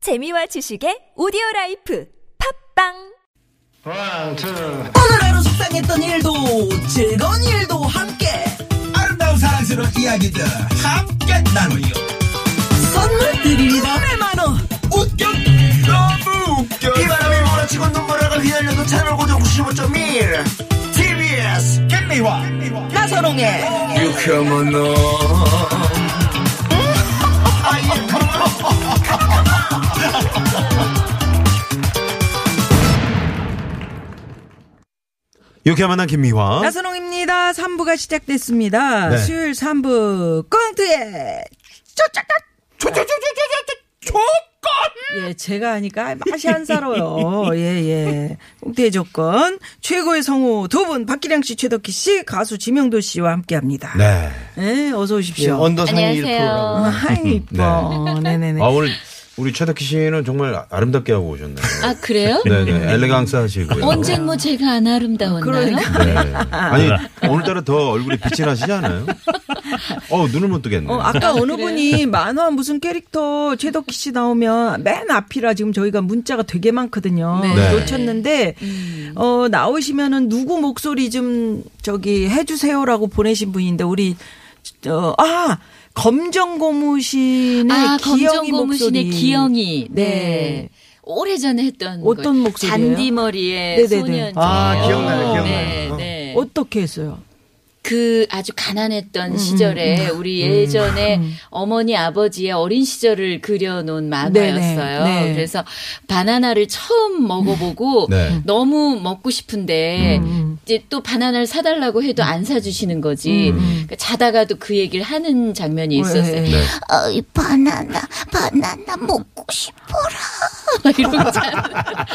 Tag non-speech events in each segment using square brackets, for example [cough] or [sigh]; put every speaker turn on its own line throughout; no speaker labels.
재미와 지식의 오디오 라이프 팝빵
One, two.
오늘 하루 속상했던 일도 즐거운 일도 함께
아름다운 사랑스러운 이야기들 함께 나누요
선물 드립니다 100만원
웃겨 너무 웃겨 이 바람이 몰아치고 눈물을 휘날려도 채널 고정 95.1 TBS 겟미와
나선홍의
유쾌한 너
유쾌한 만남 김미화.
나선홍입니다 3부가 시작됐습니다
어? 네.
수요일 3부 꽁트에 예, 제가 하니까 맛이 안
[laughs]
살아요. 예, 예. 꽁트의 조건. 최고의 성우 두 분, 박기량 씨, 최덕희 씨, 가수 지명도 씨와 함께 합니다.
네.
예, 어서 오십시오.
언더 성일 프로라고.
아, 하이, 이뻐. 네. 네네
아 오늘 우리 최덕희 씨는 정말 아름답게 하고 오셨네요.
아
어?
그래요?
네네. 엘레강스 하시고요.
언젠 뭐 제가 안 아름다웠나요?
그러니까.
네. 아니 오늘따라 더 얼굴이 빛이 나시지 않아요? 어 눈을 못 뜨겠네.
어, 아까 어느 분이 만화 무슨 캐릭터 최덕희 씨 나오면 맨 앞이라 지금 저희가 문자가 되게 많거든요.
네.
놓쳤는데
음.
어 나오시면은 누구 목소리 좀 저기 해 주세요라고 보내신 분인데 우리 어, 아 검정 고무신의
아
기영이
검정고무신의
목소리.
기영이. 네.
네.
오래전에 했던
어떤
거.
목소리예요?
잔디머리에 뭐.
네네네.
소년제.
아, 기억나요, 기억나요.
네, 네.
어떻게 했어요? 음,
그 아주 가난했던 시절에 우리 예전에 어머니 아버지의 어린 시절을 그려놓은 만화였어요.
네네. 네.
그래서 바나나를 처음 먹어보고
[laughs] 네.
너무 먹고 싶은데
음,
이제 또 바나나를 사달라고 해도 안 사주시는 거지. 그러니까 자다가도 그 얘기를 하는 장면이 있었어요.
음, 네.
어이 바나나 바나나 먹고 싶어라. [laughs] 이러고 자-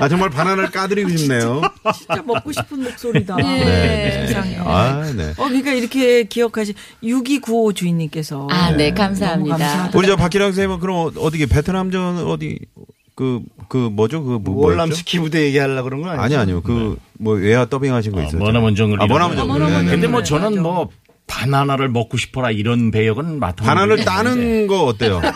아 정말 바나나를 까드리고 싶네요.
진짜 먹고 싶은 목소리다.
네.
세상에.
아 네.
어 그러니까 이렇게 기억하시 6295 주인님께서
아, 네,
너무
감사합니다.
감사하다.
우리 저 박기랑 선생님은 그럼 어디게 베트남전 어디 그 그 뭐죠 그 뭐-
월남
뭐였죠?
스키 부대 얘기하려고 그런 건 아니죠?
아니 아니요 그
네.
뭐 외화 더빙 하신 거 있어요.
뭐
머나먼 정글.
아 머나먼
이런 거.
정글.
머나먼
네, 네.
근데
정글.
뭐 저는 뭐 바나나를 먹고 싶어라 이런 배역은 맡아.
바나나를 따는 거
[laughs]
어때요? 네.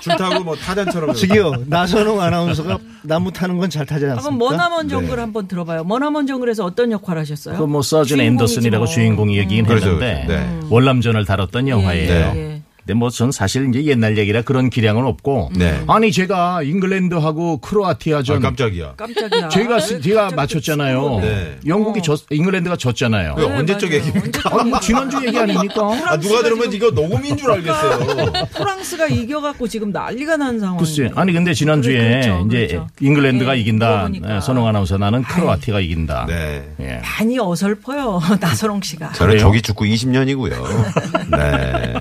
줄 타고 뭐 타잔처럼.
저기요 나선홍 아나운서가 나무 타는 건 잘 타지 않습니까?
그럼 머나먼 정글 한번 들어봐요. 머나먼 정글에서 어떤 역할 하셨어요?
그뭐 서준
주인공이지
앤더슨이라고
뭐.
주인공이 얘기긴
그렇죠,
했는데
그렇죠. 네.
월남전을 다뤘던 영화예요.
예, 예.
근데 뭐 전 사실 이제 옛날 얘기라 그런 기량은 없고
네.
아니 제가 잉글랜드하고 크로아티아전
아, 깜짝이야.
깜짝이야.
제가 스- 제가 맞췄잖아요.
네.
영국이 졌 잉글랜드가 졌잖아요.
왜 언제적
맞아요.
얘기입니까?
아, 뭐 지난주 얘기 아닙니까?
아, 누가 들으면 이거 녹음인 줄 알겠어요.
[laughs] 프랑스가 이겨갖고 지금 난리가 난 상황.
글쎄, 아니 근데 지난주에
어, 그렇죠,
이제
그렇죠.
잉글랜드가
예,
이긴다.
물어보니까.
예, 선홍 아나운서 나는 크로아티가 이긴다.
네.
예.
많이 어설퍼요 [laughs] 나선홍 씨가.
저는
그래요?
저기 축구 20년이고요. 네.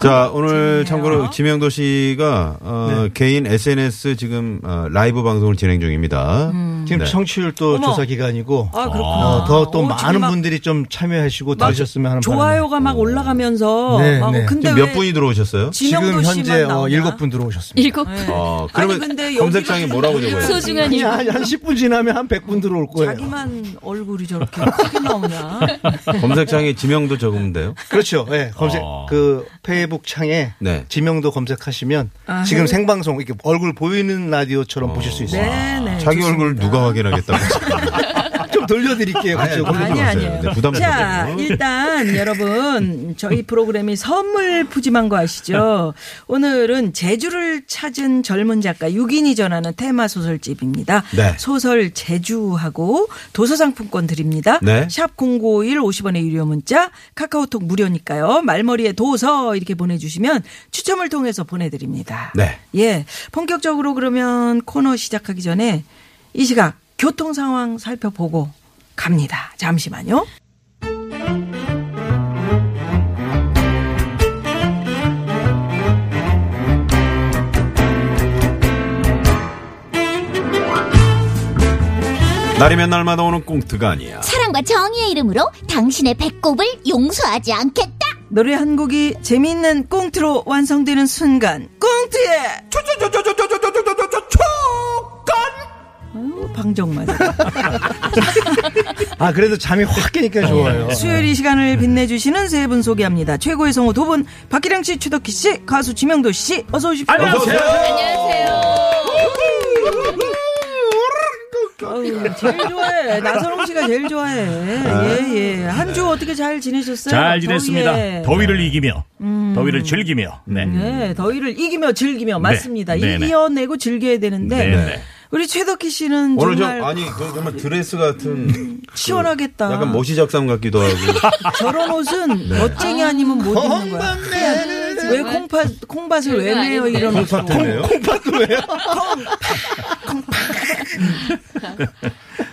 자, 오늘 참고로 지명도 씨가 어, 개인 SNS 지금 어, 라이브 방송을 진행 중입니다.
지금
네.
청취율 또
어머.
조사 기간이고
아 그렇구나.
어, 더 또
어,
많은
지금 막
분들이 좀 참여하시고
막
들으셨으면 하는
좋아요가 막 올라가면서.
네,
막,
네.
근데
지금
왜
몇 분이 들어오셨어요?
지명도
지금 현재
씨만
어,
나오냐? 네.
일곱 분 들어오셨습니다.
일곱 분
어,
아니
그러면
근데 여기가
검색창에
좀
뭐라고 적어요? 네.
소중한
아니,
일.
한, 한 10분 지나면 한 100분 들어올 거예요.
자기만 얼굴이 저렇게 크게 나오냐?
[laughs] 검색창에 지명도 적으면 돼요?
그렇죠. 예. 검색
어.
그 페이북 창에
아. 네.
지명도 검색하시면
아,
지금
해외-
생방송 이렇게 얼굴 보이는 라디오처럼 보실 수 있어요.
네네.
아, 자기 얼굴 누가 확인하겠다고.
[laughs]
좀 돌려드릴게요.
아니,
그쪽으로.
아니,
아니
마세요.
아니에요.
네, 부담
자
가지고. [laughs]
일단 여러분 저희 프로그램이 선물 푸짐한 거 아시죠? 오늘은 제주를 찾은 젊은 작가 6인이 전하는 테마 소설집입니다.
네.
소설 제주하고 도서 상품권 드립니다.
네.
샵 #051 50원의 유료 문자 카카오톡 무료니까요. 말머리에 도서 이렇게 보내주시면 추첨을 통해서 보내드립니다.
네.
예. 본격적으로 그러면 코너 시작하기 전에 이 시각 교통 상황 살펴보고 갑니다. 잠시만요.
날이면 날마다 오는 꽁트가 아니야.
사랑과 정의의 이름으로 당신의 배꼽을 용서하지 않겠다.
노래 한 곡이 재미있는 꽁트로 완성되는 순간 꽁트에 초초초초초초초초초초초간 방정맞아.
아 그래도 잠이 확
네.
깨니까 네, 좋아요.
네.
네.
수요일 이 시간을 빛내주시는 세 분 소개합니다. 최고의 성우 두 분, 박기량 씨, 최덕희 씨, 가수 지명도 씨, 어서 오십시오.
안녕하세요.
어우, 제일 좋아해. 나선홍 씨가 제일 좋아해. 예, 예. 한 주 어떻게 잘 지내셨어요?
잘 지냈습니다.
더위에. 예.
더위를 이기며
음.
더위를 즐기며 네.
네, 더위를 이기며 즐기며 맞습니다.
네, 네.
이겨내고 즐겨야 되는데
네, 네.
우리 최덕희 씨는
오늘
정말
좀 아니 그 정말 드레스 같은
시원하겠다.
약간 뭐 모시 작삼 같기도 하고 [laughs]
[laughs] 저런 옷은
네.
멋쟁이 아니면 못 입는 거야. 왜 콩팥 콩밭을 왜
별거
매요
아닌데.
이런
콩팥
옷?
때문에요.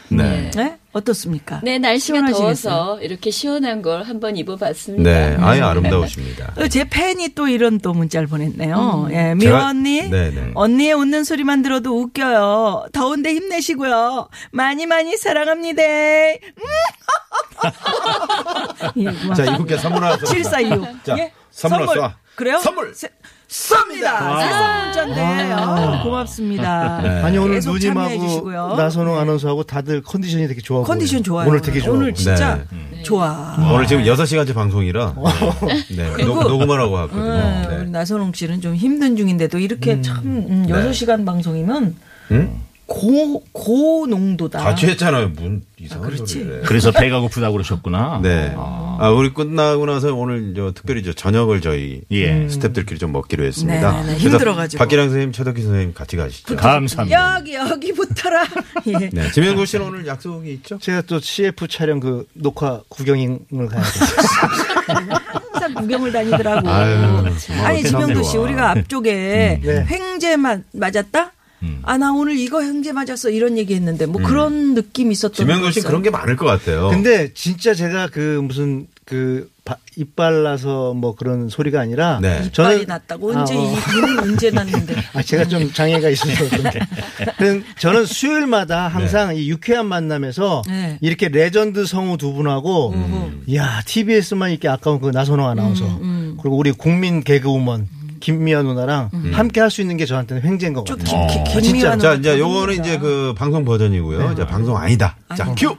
네.
[laughs] 네? 어떻습니까?
네, 날씨가
시원하시겠어요?
더워서 이렇게 시원한 걸 한번 입어봤습니다. 음.
네. 아예 아름다우십니다.
어, 제 팬이 또 이런 또 문자를 보냈네요.
음.
예, 미워
제가-
언니.
네네.
언니의 웃는 소리만 들어도 웃겨요. 더운데 힘내시고요. 많이 많이 사랑합니다. 음. [laughs]
자 이분께 선물 하나 쏩니다.
7425.
자, 예? 선물 쏴.
그래요?
선물! 아.
세, 쏩니다. 세상 문자인데. 어, 고맙습니다.
네.
아니 오늘
계속
누님하고
참여해주시고요. 네.
나선홍 아나운서하고 다들 컨디션이 되게 좋아.
컨디션
보여요.
좋아요.
오늘 되게 좋아.
오늘 진짜
네.
좋아.
오늘 지금 6시간째 방송이라 네. 네, 녹- 녹음하라고
네,
하거든요.
우리
네.
나선홍 씨는 좀 힘든 중인데도 이렇게 참 음, 6시간 방송이면
응?
고, 고 농도다.
같이 했잖아요. 문 이상한
그렇지.
소리를. 해.
그래서 배가 고프다고 그러셨구나.
네. 아, 우리 끝나고 나서 오늘 저 특별히 저 저녁을 저희
예.
스탭들끼리 좀 먹기로 했습니다.
네, 네, 네.
그래서
힘들어가지고.
박기량 선생님, 최덕희 선생님 같이 가시죠.
감사합니다.
여기 여기 붙어라. [laughs] 예.
네. 지명구 씨는 오늘 약속이 있죠?
제가 또 CF 촬영 그 녹화 구경을 가야 돼.
항상 구경을 다니더라고.
아유, 정말 음.
아니
어떻게
지명도 씨
합니까?
우리가 앞쪽에
네.
횡재 맞, 맞았다.
음.
아 나 오늘 이거 횡재 맞았어 이런 얘기했는데 뭐 그런 느낌 이 있었던.
지명구 씨
거
그런 게 많을 것 같아요.
근데 진짜 제가 그 무슨 그 바- 이빨라서 뭐 그런 소리가 아니라
네.
있어요. 빨리 났다고 언제
아, 어.
이 이는 언제 났는데.
아, 제가 좀 장애가 있어서 그런데. 그럼 저는 수요일마다 항상
네.
이 유쾌한 만남에서
네.
이렇게 레전드 성우 두 분하고 야 TBS만 이렇게 아까운 그 나선홍 아나운서
음,
그리고 우리 국민 개그우먼 김미아 누나랑 함께 할 수 있는 게 저한테는 횡재인 것
쭉
같아요.
음. 김- 김-
어. 진짜.
김미화는
자, 이제 요거는
어떡합니까?
이제 그 방송 버전이고요. 이제 방송 아니다. 자, 큐!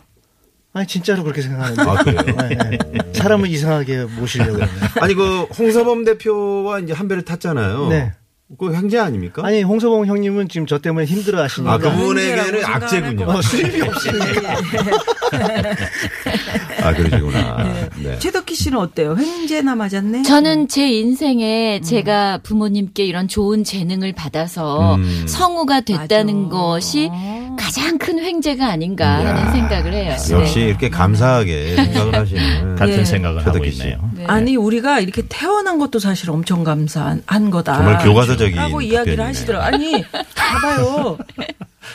아니 진짜로 그렇게 생각하는데
아, 그래요?
네, 네. 사람을 이상하게 모시려고 그러네.
아니, 그 홍서범 대표와 이제 한 배를 탔잖아요.
네.
그 횡재 아닙니까?
아니 홍서봉 형님은 지금 저 때문에 힘들어하시니까
아, 그분에게는
문제라고
악재군요.
아,
어, 수입이
네.
없이
[laughs] 아, 그러시구나. 네.
최덕희 씨는 어때요? 횡재나 맞았네. 음.
저는 제 인생에 제가 부모님께 이런 좋은 재능을 받아서
음.
성우가 됐다는
맞아.
것이 가장 큰 횡재가 아닌가
이야.
하는 생각을 해요.
역시
네.
이렇게 감사하게 생각을
[laughs]
하시는
같은
예.
생각을 하고
최덕희 씨.
있네요.
아니 우리가 이렇게 태어난 것도 사실 엄청 감사한 한 거다.
정말 교과서적인
하고 아, 이야기를
답변이네요.
하시더라고. 아니 봐봐요.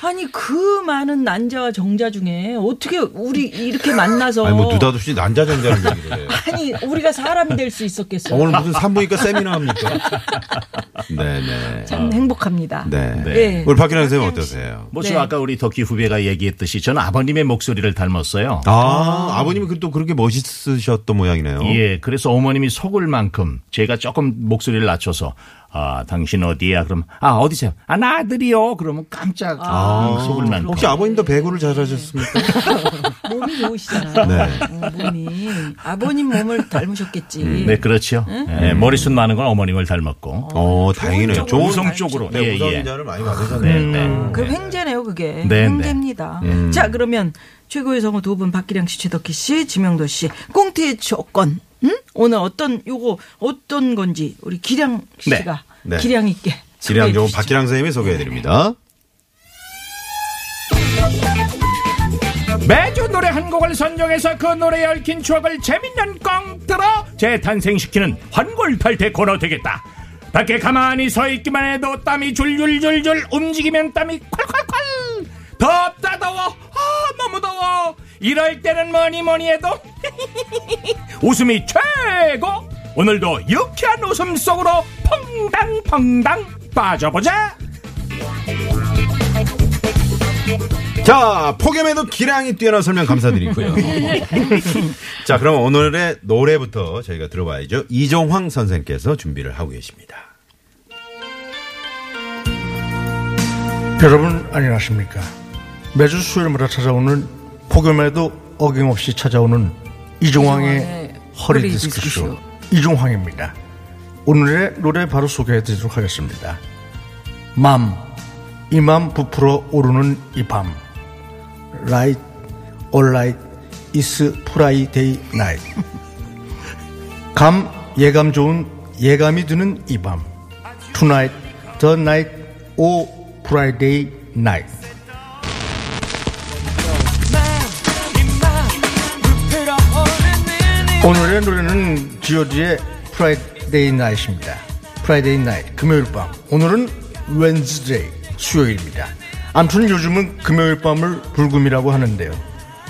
아니 그 많은 난자와 정자 중에 어떻게 우리 이렇게 만나서
아니 뭐 느닷없이 난자전자는 얘기를
[laughs]
해요.
아니, 우리가 사람이 될 수 있었겠어요.
오늘 무슨 산부인과 세미나 합니까? 네네.
참 행복합니다.
네.
네.
우리 박기량 선생님 어떠세요?
예. 뭐 지금 아까 우리 덕희 후배가 얘기했듯이 저는 아버님의 목소리를 닮았어요.
아, 아버님이 그- 또 그렇게 멋있으셨던 모양이네요.
예, 그래서 어머님이 속을 만큼 제가 조금 목소리를 낮춰서 아 당신 어디야? 그럼 아 어디세요? 아 나 아들이요. 그러면 깜짝 속을 만큼.
아. 혹시 아버님도 배구를 잘하셨습니까?
몸이 좋으시잖아요.
네.
어, 몸이 아버님 몸을 닮으셨겠지.
음.
네, 그렇죠. 예,
뭐
머리숱 많은 건 어머님을 닮았고.
어, 다행이네요.
좋은
좋은
우성 쪽으로.
네,
예, 예.
우성자를 많이 받으셨네요. 음.
그 횡재네요, 그게.
네,
횡재입니다. 자, 그러면 최고의 성우 두 분 박기량 씨, 최덕희 씨, 지명도 씨, 꽁트의 조건. 응? 오늘 어떤 요거 어떤 건지 우리 기량
네.
씨가
네.
기량 있게
지량 좋은
소개해 네, 주시죠.
박기량 선생님이 소개해드립니다.
매주 노래 한 곡을 선정해서 그 노래에 얽힌 추억을 재밌는 꽁트로 재탄생시키는 환골탈태 코너 되겠다. 밖에 가만히 서 있기만 해도 땀이 줄줄줄줄 움직이면 땀이 콸콸콸 덥다 더워 아 너무 더워 이럴 때는 뭐니 뭐니 해도 [laughs] 웃음이 최고 오늘도 유쾌한 웃음 속으로 펑당펑당 빠져보자
자, 폭염에도 기량이 뛰어난 설명
[laughs]
감사드리고요. 자, 그럼 오늘의 노래부터 저희가 들어봐야죠. 이종황 선생께서 준비를 하고 계십니다.
여러분 안녕하십니까
매주 수요일마다 찾아오는 폭염에도 어김없이 찾아오는 이종황의
이종황의
허리
허리
디스크쇼
디스크쇼.
이종황입니다. 오늘의 노래 바로 소개해드리도록 하겠습니다. 맘 이맘 부풀어 오르는 이밤 라이트 올라이트 이스 프라이데이 나이트 [laughs] 감 예감 좋은 예감이 드는 이밤 투나잇 더 나이트 오 프라이데이 나이트 오늘의 노래는 G.O.D의 프라이데이 나잇입니다. 프라이데이 나잇 금요일 밤. 오늘은 웬즈데이 수요일입니다. 암튼 요즘은 금요일 밤을 불금이라고 하는데요.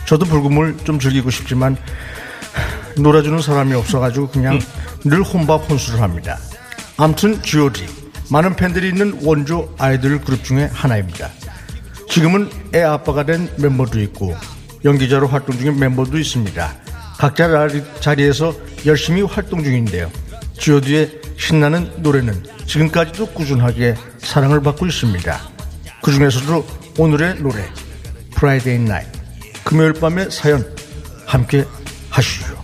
저도 불금을 좀 즐기고 싶지만 놀아주는 사람이 없어가지고 그냥 늘 혼밥 혼수를 합니다. 암튼 G.O.D 많은 팬들이 있는 원조 아이돌 그룹 중에 하나입니다. 지금은 애 아빠가 된 멤버도 있고 연기자로 활동 중인 멤버도 있습니다. 각자 자리- 자리에서 열심히 활동 중인데요. G.O.D의 신나는 노래는 지금까지도 꾸준하게 사랑을 받고 있습니다. 그 중에서도 오늘의 노래 프라이데이 나잇 금요일 밤의 사연 함께 하시죠.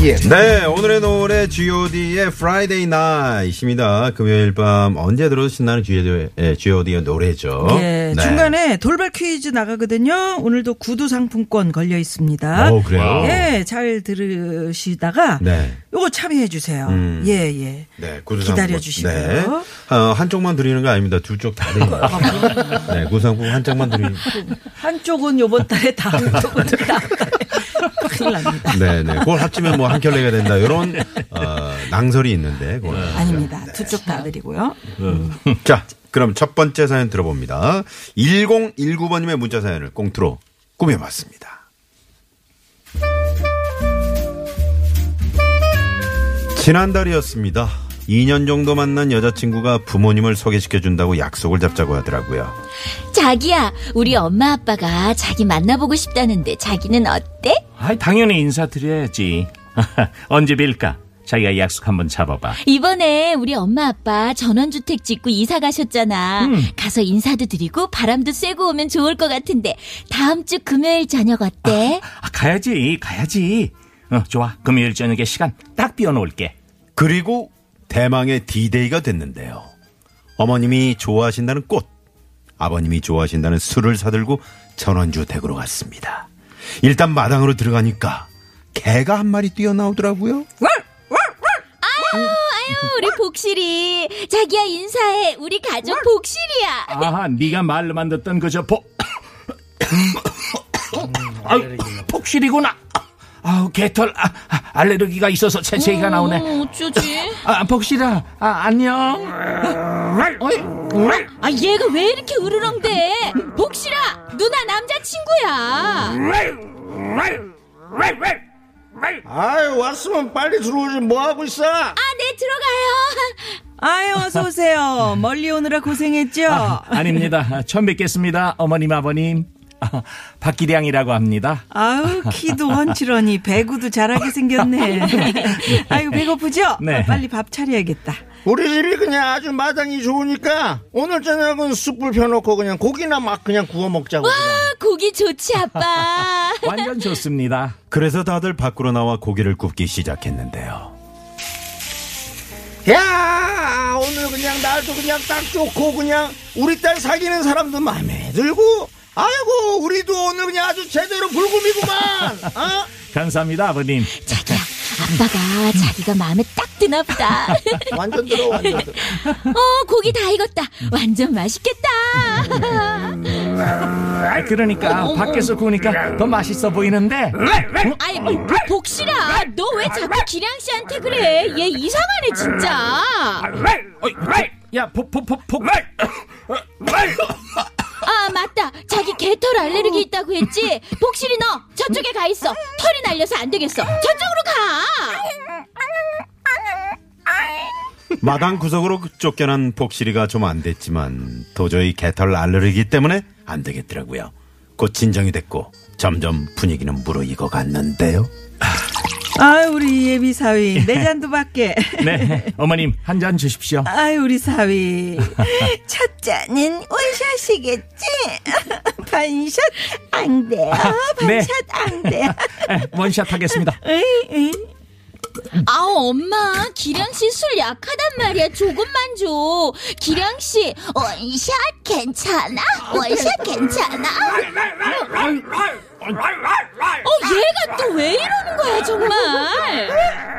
예.
네, 오늘의 노래 G.O.D의 Friday Night입니다. 금요일 밤 언제 들어도 신나는 G.O.D의, 예, G.O.D의 노래죠.
예,
네.
중간에 돌발 퀴즈 나가거든요. 오늘도 구두 상품권 걸려 있습니다.
오, 그래요?
예, 잘 들으시다가
네.
요거 참여해 주세요.
음.
예, 예.
네, 구두
기다려 주시고요.
네. 어, 한쪽만 드리는 거 아닙니다. 두 쪽 다
[laughs]
드립니다. 네, 구상품 한쪽만 드리는.
한쪽은 요번 달에 다
[laughs]
한쪽은 다음 달에 큰일 납니다.
네, 네. 그걸 합치면 뭐 한 켤레가 된다. 이런 어, 낭설이 있는데. 그건
네.
아니죠.
아닙니다. 두 쪽 다 드리고요.
음. 자, 그럼 첫 번째 사연 들어봅니다. 1019번님의 문자 사연을 꽁트로 꾸며봤습니다. 지난달이었습니다. 2년 정도 만난 여자친구가 부모님을 소개시켜준다고 약속을 잡자고 하더라고요.
자기야, 우리 엄마 아빠가 자기 만나보고 싶다는데 자기는 어때?
아이,
[laughs]
당연히 인사드려야지. 언제 뵐까? 자기가 약속 한번 잡아봐.
이번에 우리 엄마 아빠 전원주택 짓고 이사 가셨잖아.
음.
가서 인사도 드리고 바람도 쐬고 오면 좋을 것 같은데 다음 주 금요일 저녁 어때?
아, 가야지, 가야지. 어, 좋아. 금요일 저녁에 시간 딱 비워놓을게.
그리고 대망의 D-Day가 됐는데요. 어머님이 좋아하신다는 꽃, 아버님이 좋아하신다는 술을 사들고 전원주택으로 갔습니다. 일단 마당으로 들어가니까 개가 한 마리 뛰어나오더라고요.
아유, 우리 복실이 자기야 인사해. 우리 가족 복실이야.
아하, 네가 말로만 듣던 그저 복... 아, 폭실이구나. 아우, 개털 아, 아, 알레르기가 있어서 재채기가 나오네.
어, 어쩌지?
아, 복실아, 아, 안녕. 어이?
아 얘가 왜 이렇게 으르렁대? 복실아, 누나 남자친구야.
아유 왔으면 빨리 들어오지 뭐 하고 있어?
아 네 들어가요. [laughs]
아유, 어서 오세요. 멀리 오느라 고생했죠?
아, 아닙니다. 아, 처음 뵙겠습니다. 어머님, 아버님. 아, 박기량이라고 합니다.
아우 키도 훤칠하니 배구도 잘하게 생겼네. 아유 배고프죠?
네.
아, 빨리 밥 차려야겠다.
우리 집이 그냥 아주 마당이 좋으니까 오늘 저녁은 숯불 펴놓고 그냥 고기나 막 그냥 구워 먹자고. 그냥.
아, 고기 좋지 아빠.
완전 좋습니다.
그래서 다들 밖으로 나와 고기를 굽기 시작했는데요.
야 오늘 그냥 날도 그냥 딱 좋고 그냥 우리 딸 사귀는 사람도 마음에 들고 아이고 우리도 오늘 그냥 아주 제대로 불금이구만. 어?
감사합니다, 아버님.
자기야, 아빠가 자기가 마음에 딱 드나 보다.
완전 들어 완전 들어.
어 고기 다 익었다. 완전 맛있겠다.
아, 그러니까 밖에서 구우니까 더 맛있어 보이는데.
아이 어, 복실아, 너 왜 자꾸 기량 씨한테 그래? 얘 이상하네 진짜.
네.
어이, 야, 복, 복, 복, 복.
아 맞다 자기 개털 알레르기 있다고 했지 복실이 너 저쪽에 가 있어 털이 날려서 안 되겠어 저쪽으로 가
마당 구석으로 쫓겨난 복실이가 좀 안 됐지만 도저히 개털 알레르기 때문에 안 되겠더라고요. 곧 진정이 됐고 점점 분위기는 무르익어 갔는데요.
아유 우리 예비 사위 내 잔도 밖에.
네, 어머님 한 잔 주십시오.
아유 우리 사위 첫 잔인 원샷이겠지. [laughs] 반샷 안 돼요.
네.
반샷 아, 안 돼요.
에, 원샷 하겠습니다.
에이, 에이.
아우 엄마 기량 씨 술 약하단 말이야 조금만 줘 기량 씨 원샷 괜찮아 원샷 괜찮아 어 얘가 또 왜 이러는 거야 정말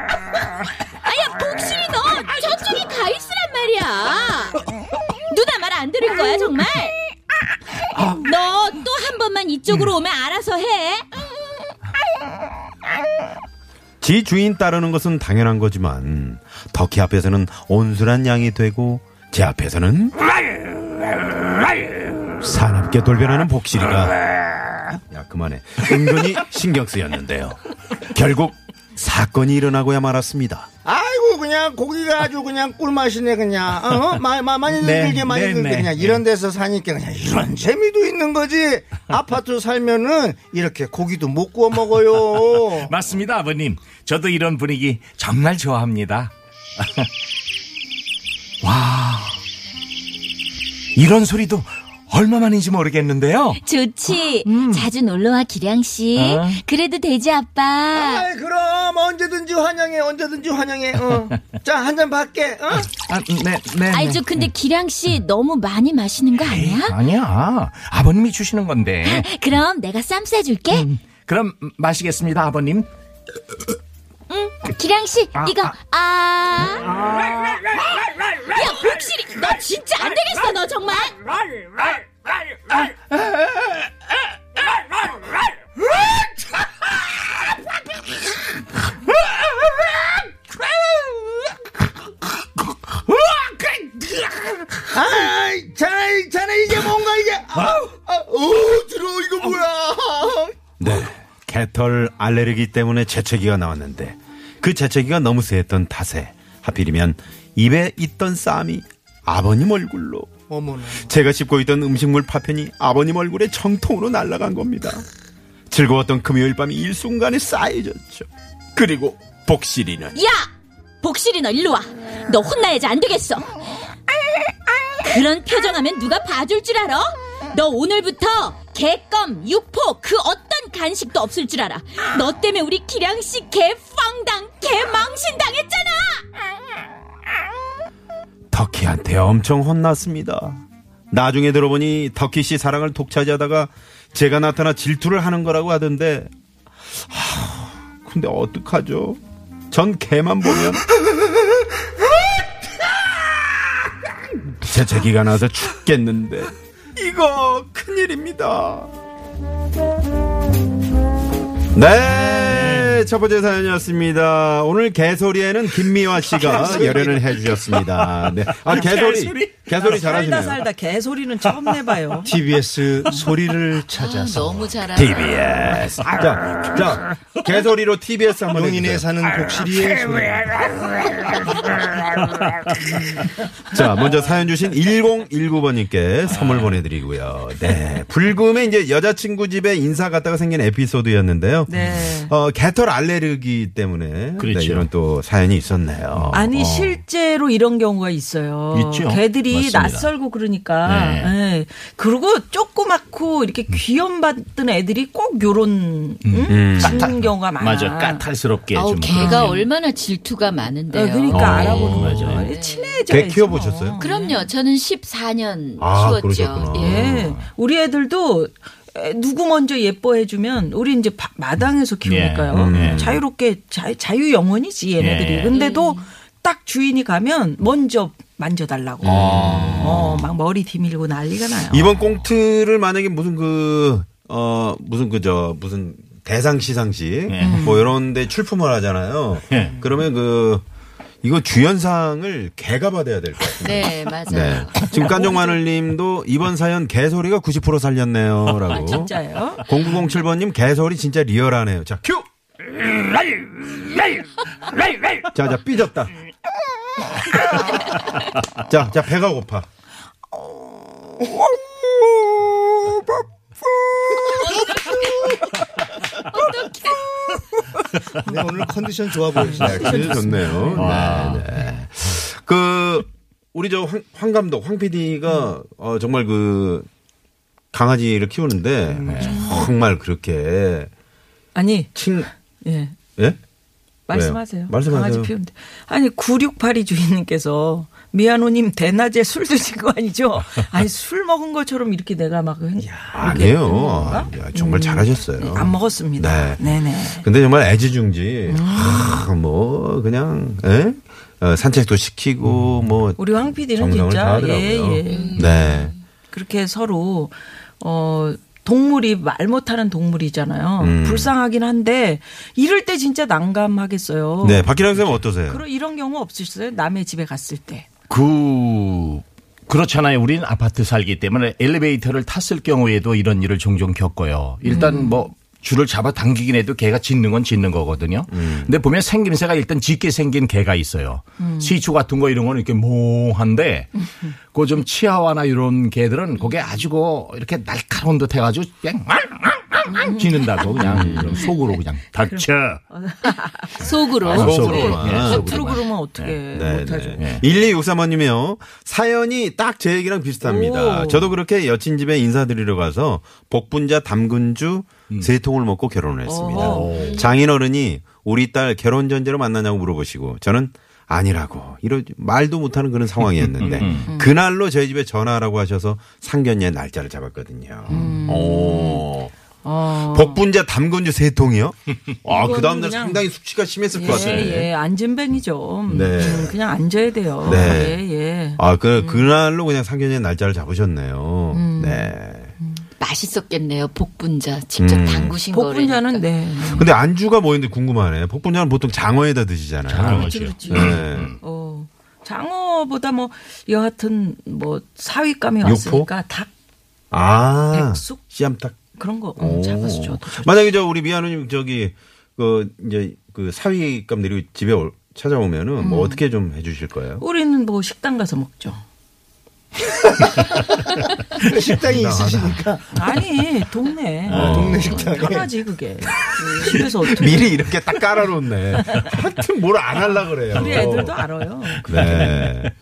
아야 복실이 너 저쪽에 가 있으란 말이야 누나 말 안 들을 거야 정말 너 또 한 번만 이쪽으로 오면 알아서 해
지 주인 따르는 것은 당연한 거지만 터키 앞에서는 온순한 양이 되고 제 앞에서는 사납게 돌변하는 복실이가 야 그만해 은근히 신경 쓰였는데요 결국 사건이 일어나고야 말았습니다
아이고 그냥 고기가 아주 그냥 꿀맛이네 그냥 어? 마, 마, 많이
네,
늘게 많이
네,
늘게
네.
그냥 이런 데서 사니까 그냥 이런 재미도 있는 거지 아파트 살면은 이렇게 고기도 못 구워 먹어요
맞습니다, 아버님. 저도 이런 분위기 정말 좋아합니다. [laughs] 와, 이런 소리도 얼마만인지 모르겠는데요.
좋지.
음.
자주 놀러와, 기량씨.
어?
그래도 되지, 아빠.
아이 그럼 언제든지 환영해 언제든지 환영해
[laughs]
어. 자한 잔 받게 어?
아, 네, 네.
아이, 저, 근데 기량씨 너무 많이 마시는 거 아니야?
아니야. 아버님이 주시는 건데.
그럼 내가 쌈 싸줄게.
음. 그럼 마시겠습니다, 아버님.
그 기량씨, 이거, 아. 야, 복실이, 너 진짜 안 되겠어, 너 정말.
아이 자네 자네 이게 뭔가 이게 아우 아, 오 들어 이거 뭐야
네 개털 알레르기 때문에 재채기가 나왔는데 그 재채기가 너무 세했던 탓에 하필이면 입에 있던 쌈이 아버님 얼굴로
어머나
제가 씹고 있던 음식물 파편이 아버님 얼굴에 정통으로 날아간 겁니다. 즐거웠던 금요일 밤이 일순간에 쌓여졌죠. 그리고 복실이는
야! 복실이, 너 일로 와. 너 혼나야지, 안 되겠어. 그런 표정하면 누가 봐줄 줄 알아? 너 오늘부터 개껌, 육포, 그 어떤 간식도 없을 줄 알아. 너 때문에 우리 기량씨 개빵당, 개망신 당했잖아!
터키한테 엄청 혼났습니다. 나중에 들어보니 터키 씨 사랑을 독차지하다가 제가 나타나 질투를 하는 거라고 하던데 하, 근데 어떡하죠? 전 개만 보면 재채기가 나서 죽겠는데 [laughs] 이거 큰일입니다. 네, 첫 번째 사연이었습니다. 오늘 개소리에는 김미화
[laughs]
씨가 열연을 해주셨습니다. 네. 아, 개소리.
개소리?
개소리
아, 살다
잘하시네요.
살다 개소리는 처음 내봐요.
TBS 소리를 찾아서
너무 잘하.
TBS. 자, 자, 개소리로 TBS 한번
용인에
해주세요. 아,
사는 곡실이의 소리
자, 먼저 사연 주신 1019번님께 선물 보내드리고요. 네. 불금에 이제 여자친구 집에 인사 갔다가 생긴 에피소드였는데요.
네.
어, 개털 알레르기 때문에.
그렇죠.
네, 이런 또 사연이 있었네요.
아니
어.
실제로 이런 경우가 있어요.
있죠.
개들이
맞습니다.
낯설고 그러니까.
네. 음.
예. 그리고 조그맣고 이렇게 귀염받던 애들이 꼭 요런 음? 짖는 경우가 많아.
까탈스럽게
아우 개가 얼마나 질투가
어,
많은데요.
그러니까
어,
알아보는
맞아.
거죠. 친해져.
개 키워보셨어요?
그럼요. 저는 14년
아,
키웠죠.
그러셨구나.
예.
예. 우리 애들도 에, 누구 먼저 예뻐해주면 우리 이제 바- 마당에서 키우니까요.
음, 예.
자유롭게 자, 자유 영혼이지 얘네들이.
예.
음.
근데도 딱 주인이 가면 먼저
음.
만져달라고. 어, 막 머리 뒤밀고 난리가 나요.
이번 꽁트를 만약에 무슨 그, 어, 무슨 그저, 무슨 대상 시상식, 뭐 이런 데 출품을 하잖아요.
예.
그러면 그, 이거 주연상을 개가 받아야 될 것 같아요.
네, 맞아요.
네. 지금 깐종마늘님도 이번 사연 개소리가 90% 살렸네요.
아,
라고. [laughs]
진짜요?
0907번님 개소리 진짜 리얼하네요. 자, 큐! 자, 자, 삐졌다. 자, 자, 배가 고파.
네, 오늘 컨디션 좋아 보이시네요.
진짜 좋네요.
와.
네, 네. 그 우리 저 황 감독 황 PD가 어, 정말 그 강아지를 키우는데
네.
정말 그렇게
아니,
친
예.
예?
말씀하세요.
네, 말씀하세요.
강아지 피우는데. 아니, 9682 주인님께서 미아노님 대낮에 술 드신 거
[laughs]
아니죠? 아니, 술 먹은 것처럼 이렇게 내가 막. 행-
아니에요. 야, 정말 잘하셨어요.
음. 안
네.
먹었습니다. 네. 네
근데 정말 애지중지. 하, 뭐 그냥 예? 어, 산책도 시키고 뭐
음. 우리 황 PD는
정성을
진짜,
다하더라고요.
예, 예.
네.
그렇게 서로, 어, 동물이 말 못하는 동물이잖아요.
음.
불쌍하긴 한데, 이럴 때 진짜 난감하겠어요.
네, 박기량 쌤 어떠세요?
그런 이런 경우 없으셨어요? 남의 집에 갔을 때.
그 그렇잖아요. 우리는 아파트 살기 때문에 엘리베이터를 탔을 경우에도 이런 일을 종종 겪어요. 일단 뭐 줄을 잡아 당기긴 해도 개가 짖는 건 짖는 거거든요. 근데 보면 생김새가 일단 짖게 생긴 개가 있어요. 시추 같은 거 이런 거는 이렇게 몽한데 그 좀 치아와나 이런 개들은 그게 아주 그 이렇게 날카로운 듯 해가지고 그냥 앙앙앙앙 짖는다고 그냥 이런 속으로 그냥 닥쳐.
속으로.
속으로만.
예,
아,
겉으로
속으로만.
그러면 어떻게
네,
못하죠.
네. 1263번님이요. 사연이 딱 제 얘기랑 비슷합니다.
오.
저도 그렇게 여친 집에 인사드리러 가서 복분자 담근주 세 통을 먹고 결혼을 했습니다. 장인어른이 우리 딸 결혼 전제로 만나냐고 물어보시고 저는 아니라고 이러 말도 못하는 그런 상황이었는데 그날로 저희 집에 전화하라고 하셔서 상견례 날짜를 잡았거든요. 오.
어.
복분자 담근주 세 통이요? 어. [laughs] 아, 그 다음날
그냥-
상당히 숙취가 심했을 것 같아요.
예, 예, 안진뱅이죠.
네.
음, 그냥 앉아야 돼요.
네.
예, 예.
아, 그, 그날로 그냥 상견례 날짜를 잡으셨네요. 네.
맛있었겠네요. 복분자 직접
음.
담그신 거를.
복분자는 네.
근데 안주가 뭐였는데 궁금하네. 복분자는 보통 장어에다 드시잖아요.
그렇죠.
네.
어, 장어보다 뭐 여하튼 뭐 사위감이
육포?
왔으니까 닭
아.
백숙?
씨암탉.
그런 거
오.
음, 잡아서 줘도 좋죠.
만약에 저 우리 미아누님 저기, 그, 이제 그 사위감 내리고 집에 올- 찾아오면은 뭐 어떻게 좀 해주실 거예요?
우리는 뭐 식당 가서 먹죠.
식당이
아,
있으시니까
아니
[laughs]
동네
동네 식당에
편하지
[laughs]
그게 그 집에서 어떻게
미리 이렇게 딱 깔아놓네. 하여튼 뭘 안 하려 그래요.
우리 애들도 알아요.
네.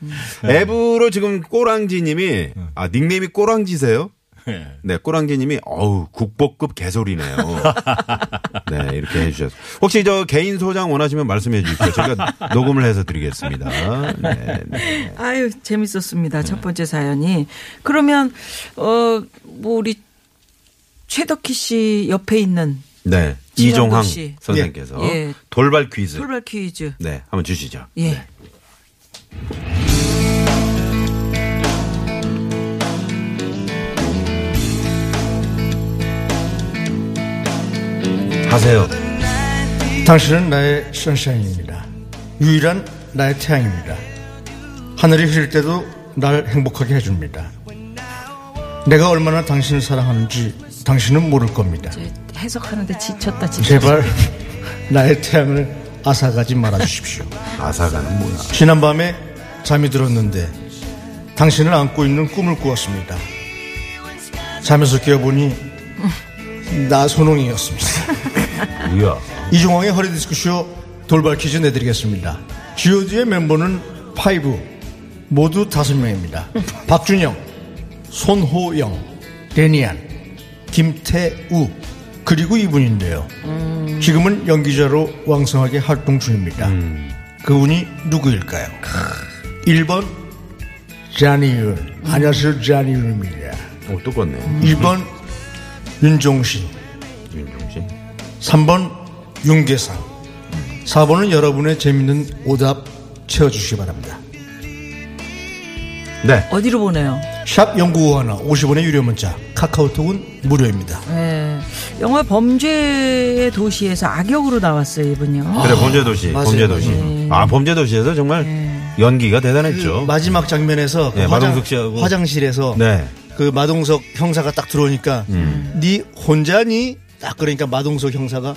앱으로 지금 꼬랑지님이 아 닉네임이 꼬랑지세요?
네.
네, 꼬랑지님이 어우 국보급 개소리네요. 네, 이렇게 해주셔서 혹시 저 개인 소장 원하시면 말씀해 주십시오. 저희가 녹음을 해서 드리겠습니다. 네, 네.
아유 재밌었습니다. 첫 번째 사연이 그러면 어 뭐 우리 최덕희 씨 옆에 있는
네,
지명도
이종황
씨.
선생께서
예, 예.
돌발 퀴즈.
돌발 퀴즈
네, 한번 주시죠.
예.
하세요.
당신은 나의 선샤인입니다. 유일한 나의 태양입니다. 하늘이 흐릴 때도 날 행복하게 해줍니다. 내가 얼마나 당신을 사랑하는지 당신은 모를 겁니다.
해석하는데 지쳤다 지쳤다.
제발 [laughs] 나의 태양을 앗아가지 말아주십시오.
아사가는 뭐야?
지난밤에 잠이 들었는데 당신을 안고 있는 꿈을 꾸었습니다. 잠에서 깨어보니 나선홍이었습니다.
뭐야?
이종황의 허리 디스크쇼 돌발 퀴즈 내드리겠습니다. GOD의 멤버는 5 모두 5명입니다. 박준영, 손호영, 데니안, 김태우 그리고 이분인데요. 지금은 연기자로 왕성하게 활동 중입니다.
음.
그분이 누구일까요? 1번 자니윤 안녕하세요 자니윤입니다.
어, 똑같네.
2번 윤종신
윤종 씨.
3번 윤계상 4번은 여러분의 재밌는 오답 채워주시기 바랍니다
네.
어디로 보내요?
샵 0951 50원의 유료 문자 카카오톡은 무료입니다
네. 영화 범죄의 도시에서 악역으로 나왔어요, 이분요.
그래 범죄도시,
맞아요.
범죄도시.
네.
아 범죄도시에서 정말 연기가 대단했죠.
예. 마지막 장면에서 그
네,
화장,
마동석 씨하고.
화장실에서
네.
그 마동석 형사가 딱 들어오니까
음.
네 혼자니? 딱 그러니까 마동석 형사가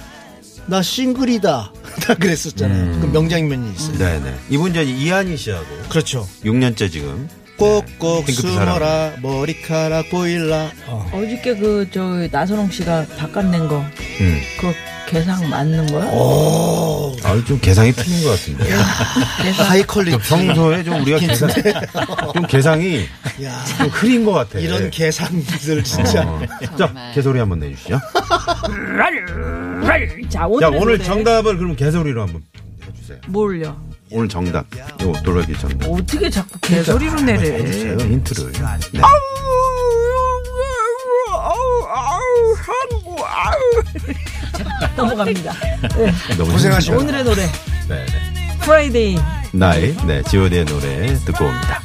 나 싱글이다 [laughs] 딱
음.
그랬었잖아요 그 명장면이 있어요
네네. 이분 이제 이한희 씨하고
그렇죠
6년째 지금
꼭꼭
네, 핑크빛
숨어라 머리카락 보일라
어저께 그 저 나선홍 씨가 바깥 낸 거. 그 계상 맞는 거야?
음. 아유, 좀 개상이 틀린 것 같은데.
하이 퀄리티
평소에 좀 우리가 계상, 좀 개상이
야,
좀 흐린 것 같아.
이런 계산들 진짜
어. 자, 개소리 한번 내주시죠.
자,
자,
오늘
오늘 정답을 그럼 개소리로 한번 해주세요.
뭘요?
오늘 정답. 이거 돌발기 정답.
어떻게 자꾸
그러니까
개소리로 내래?
제가 힌트를. 아, 네.
넘어갑니다.
너무 힘드니까.
고생하시고.
오늘의 노래
네, 네.
프라이데이.
나의 네, 지오디의 노래 듣고 옵니다.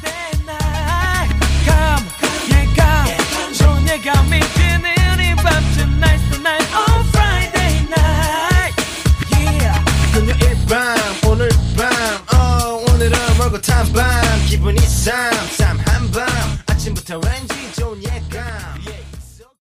Oh, 밤 오늘 밤 어, 오늘은 먹고 탄밤 기분이 쌈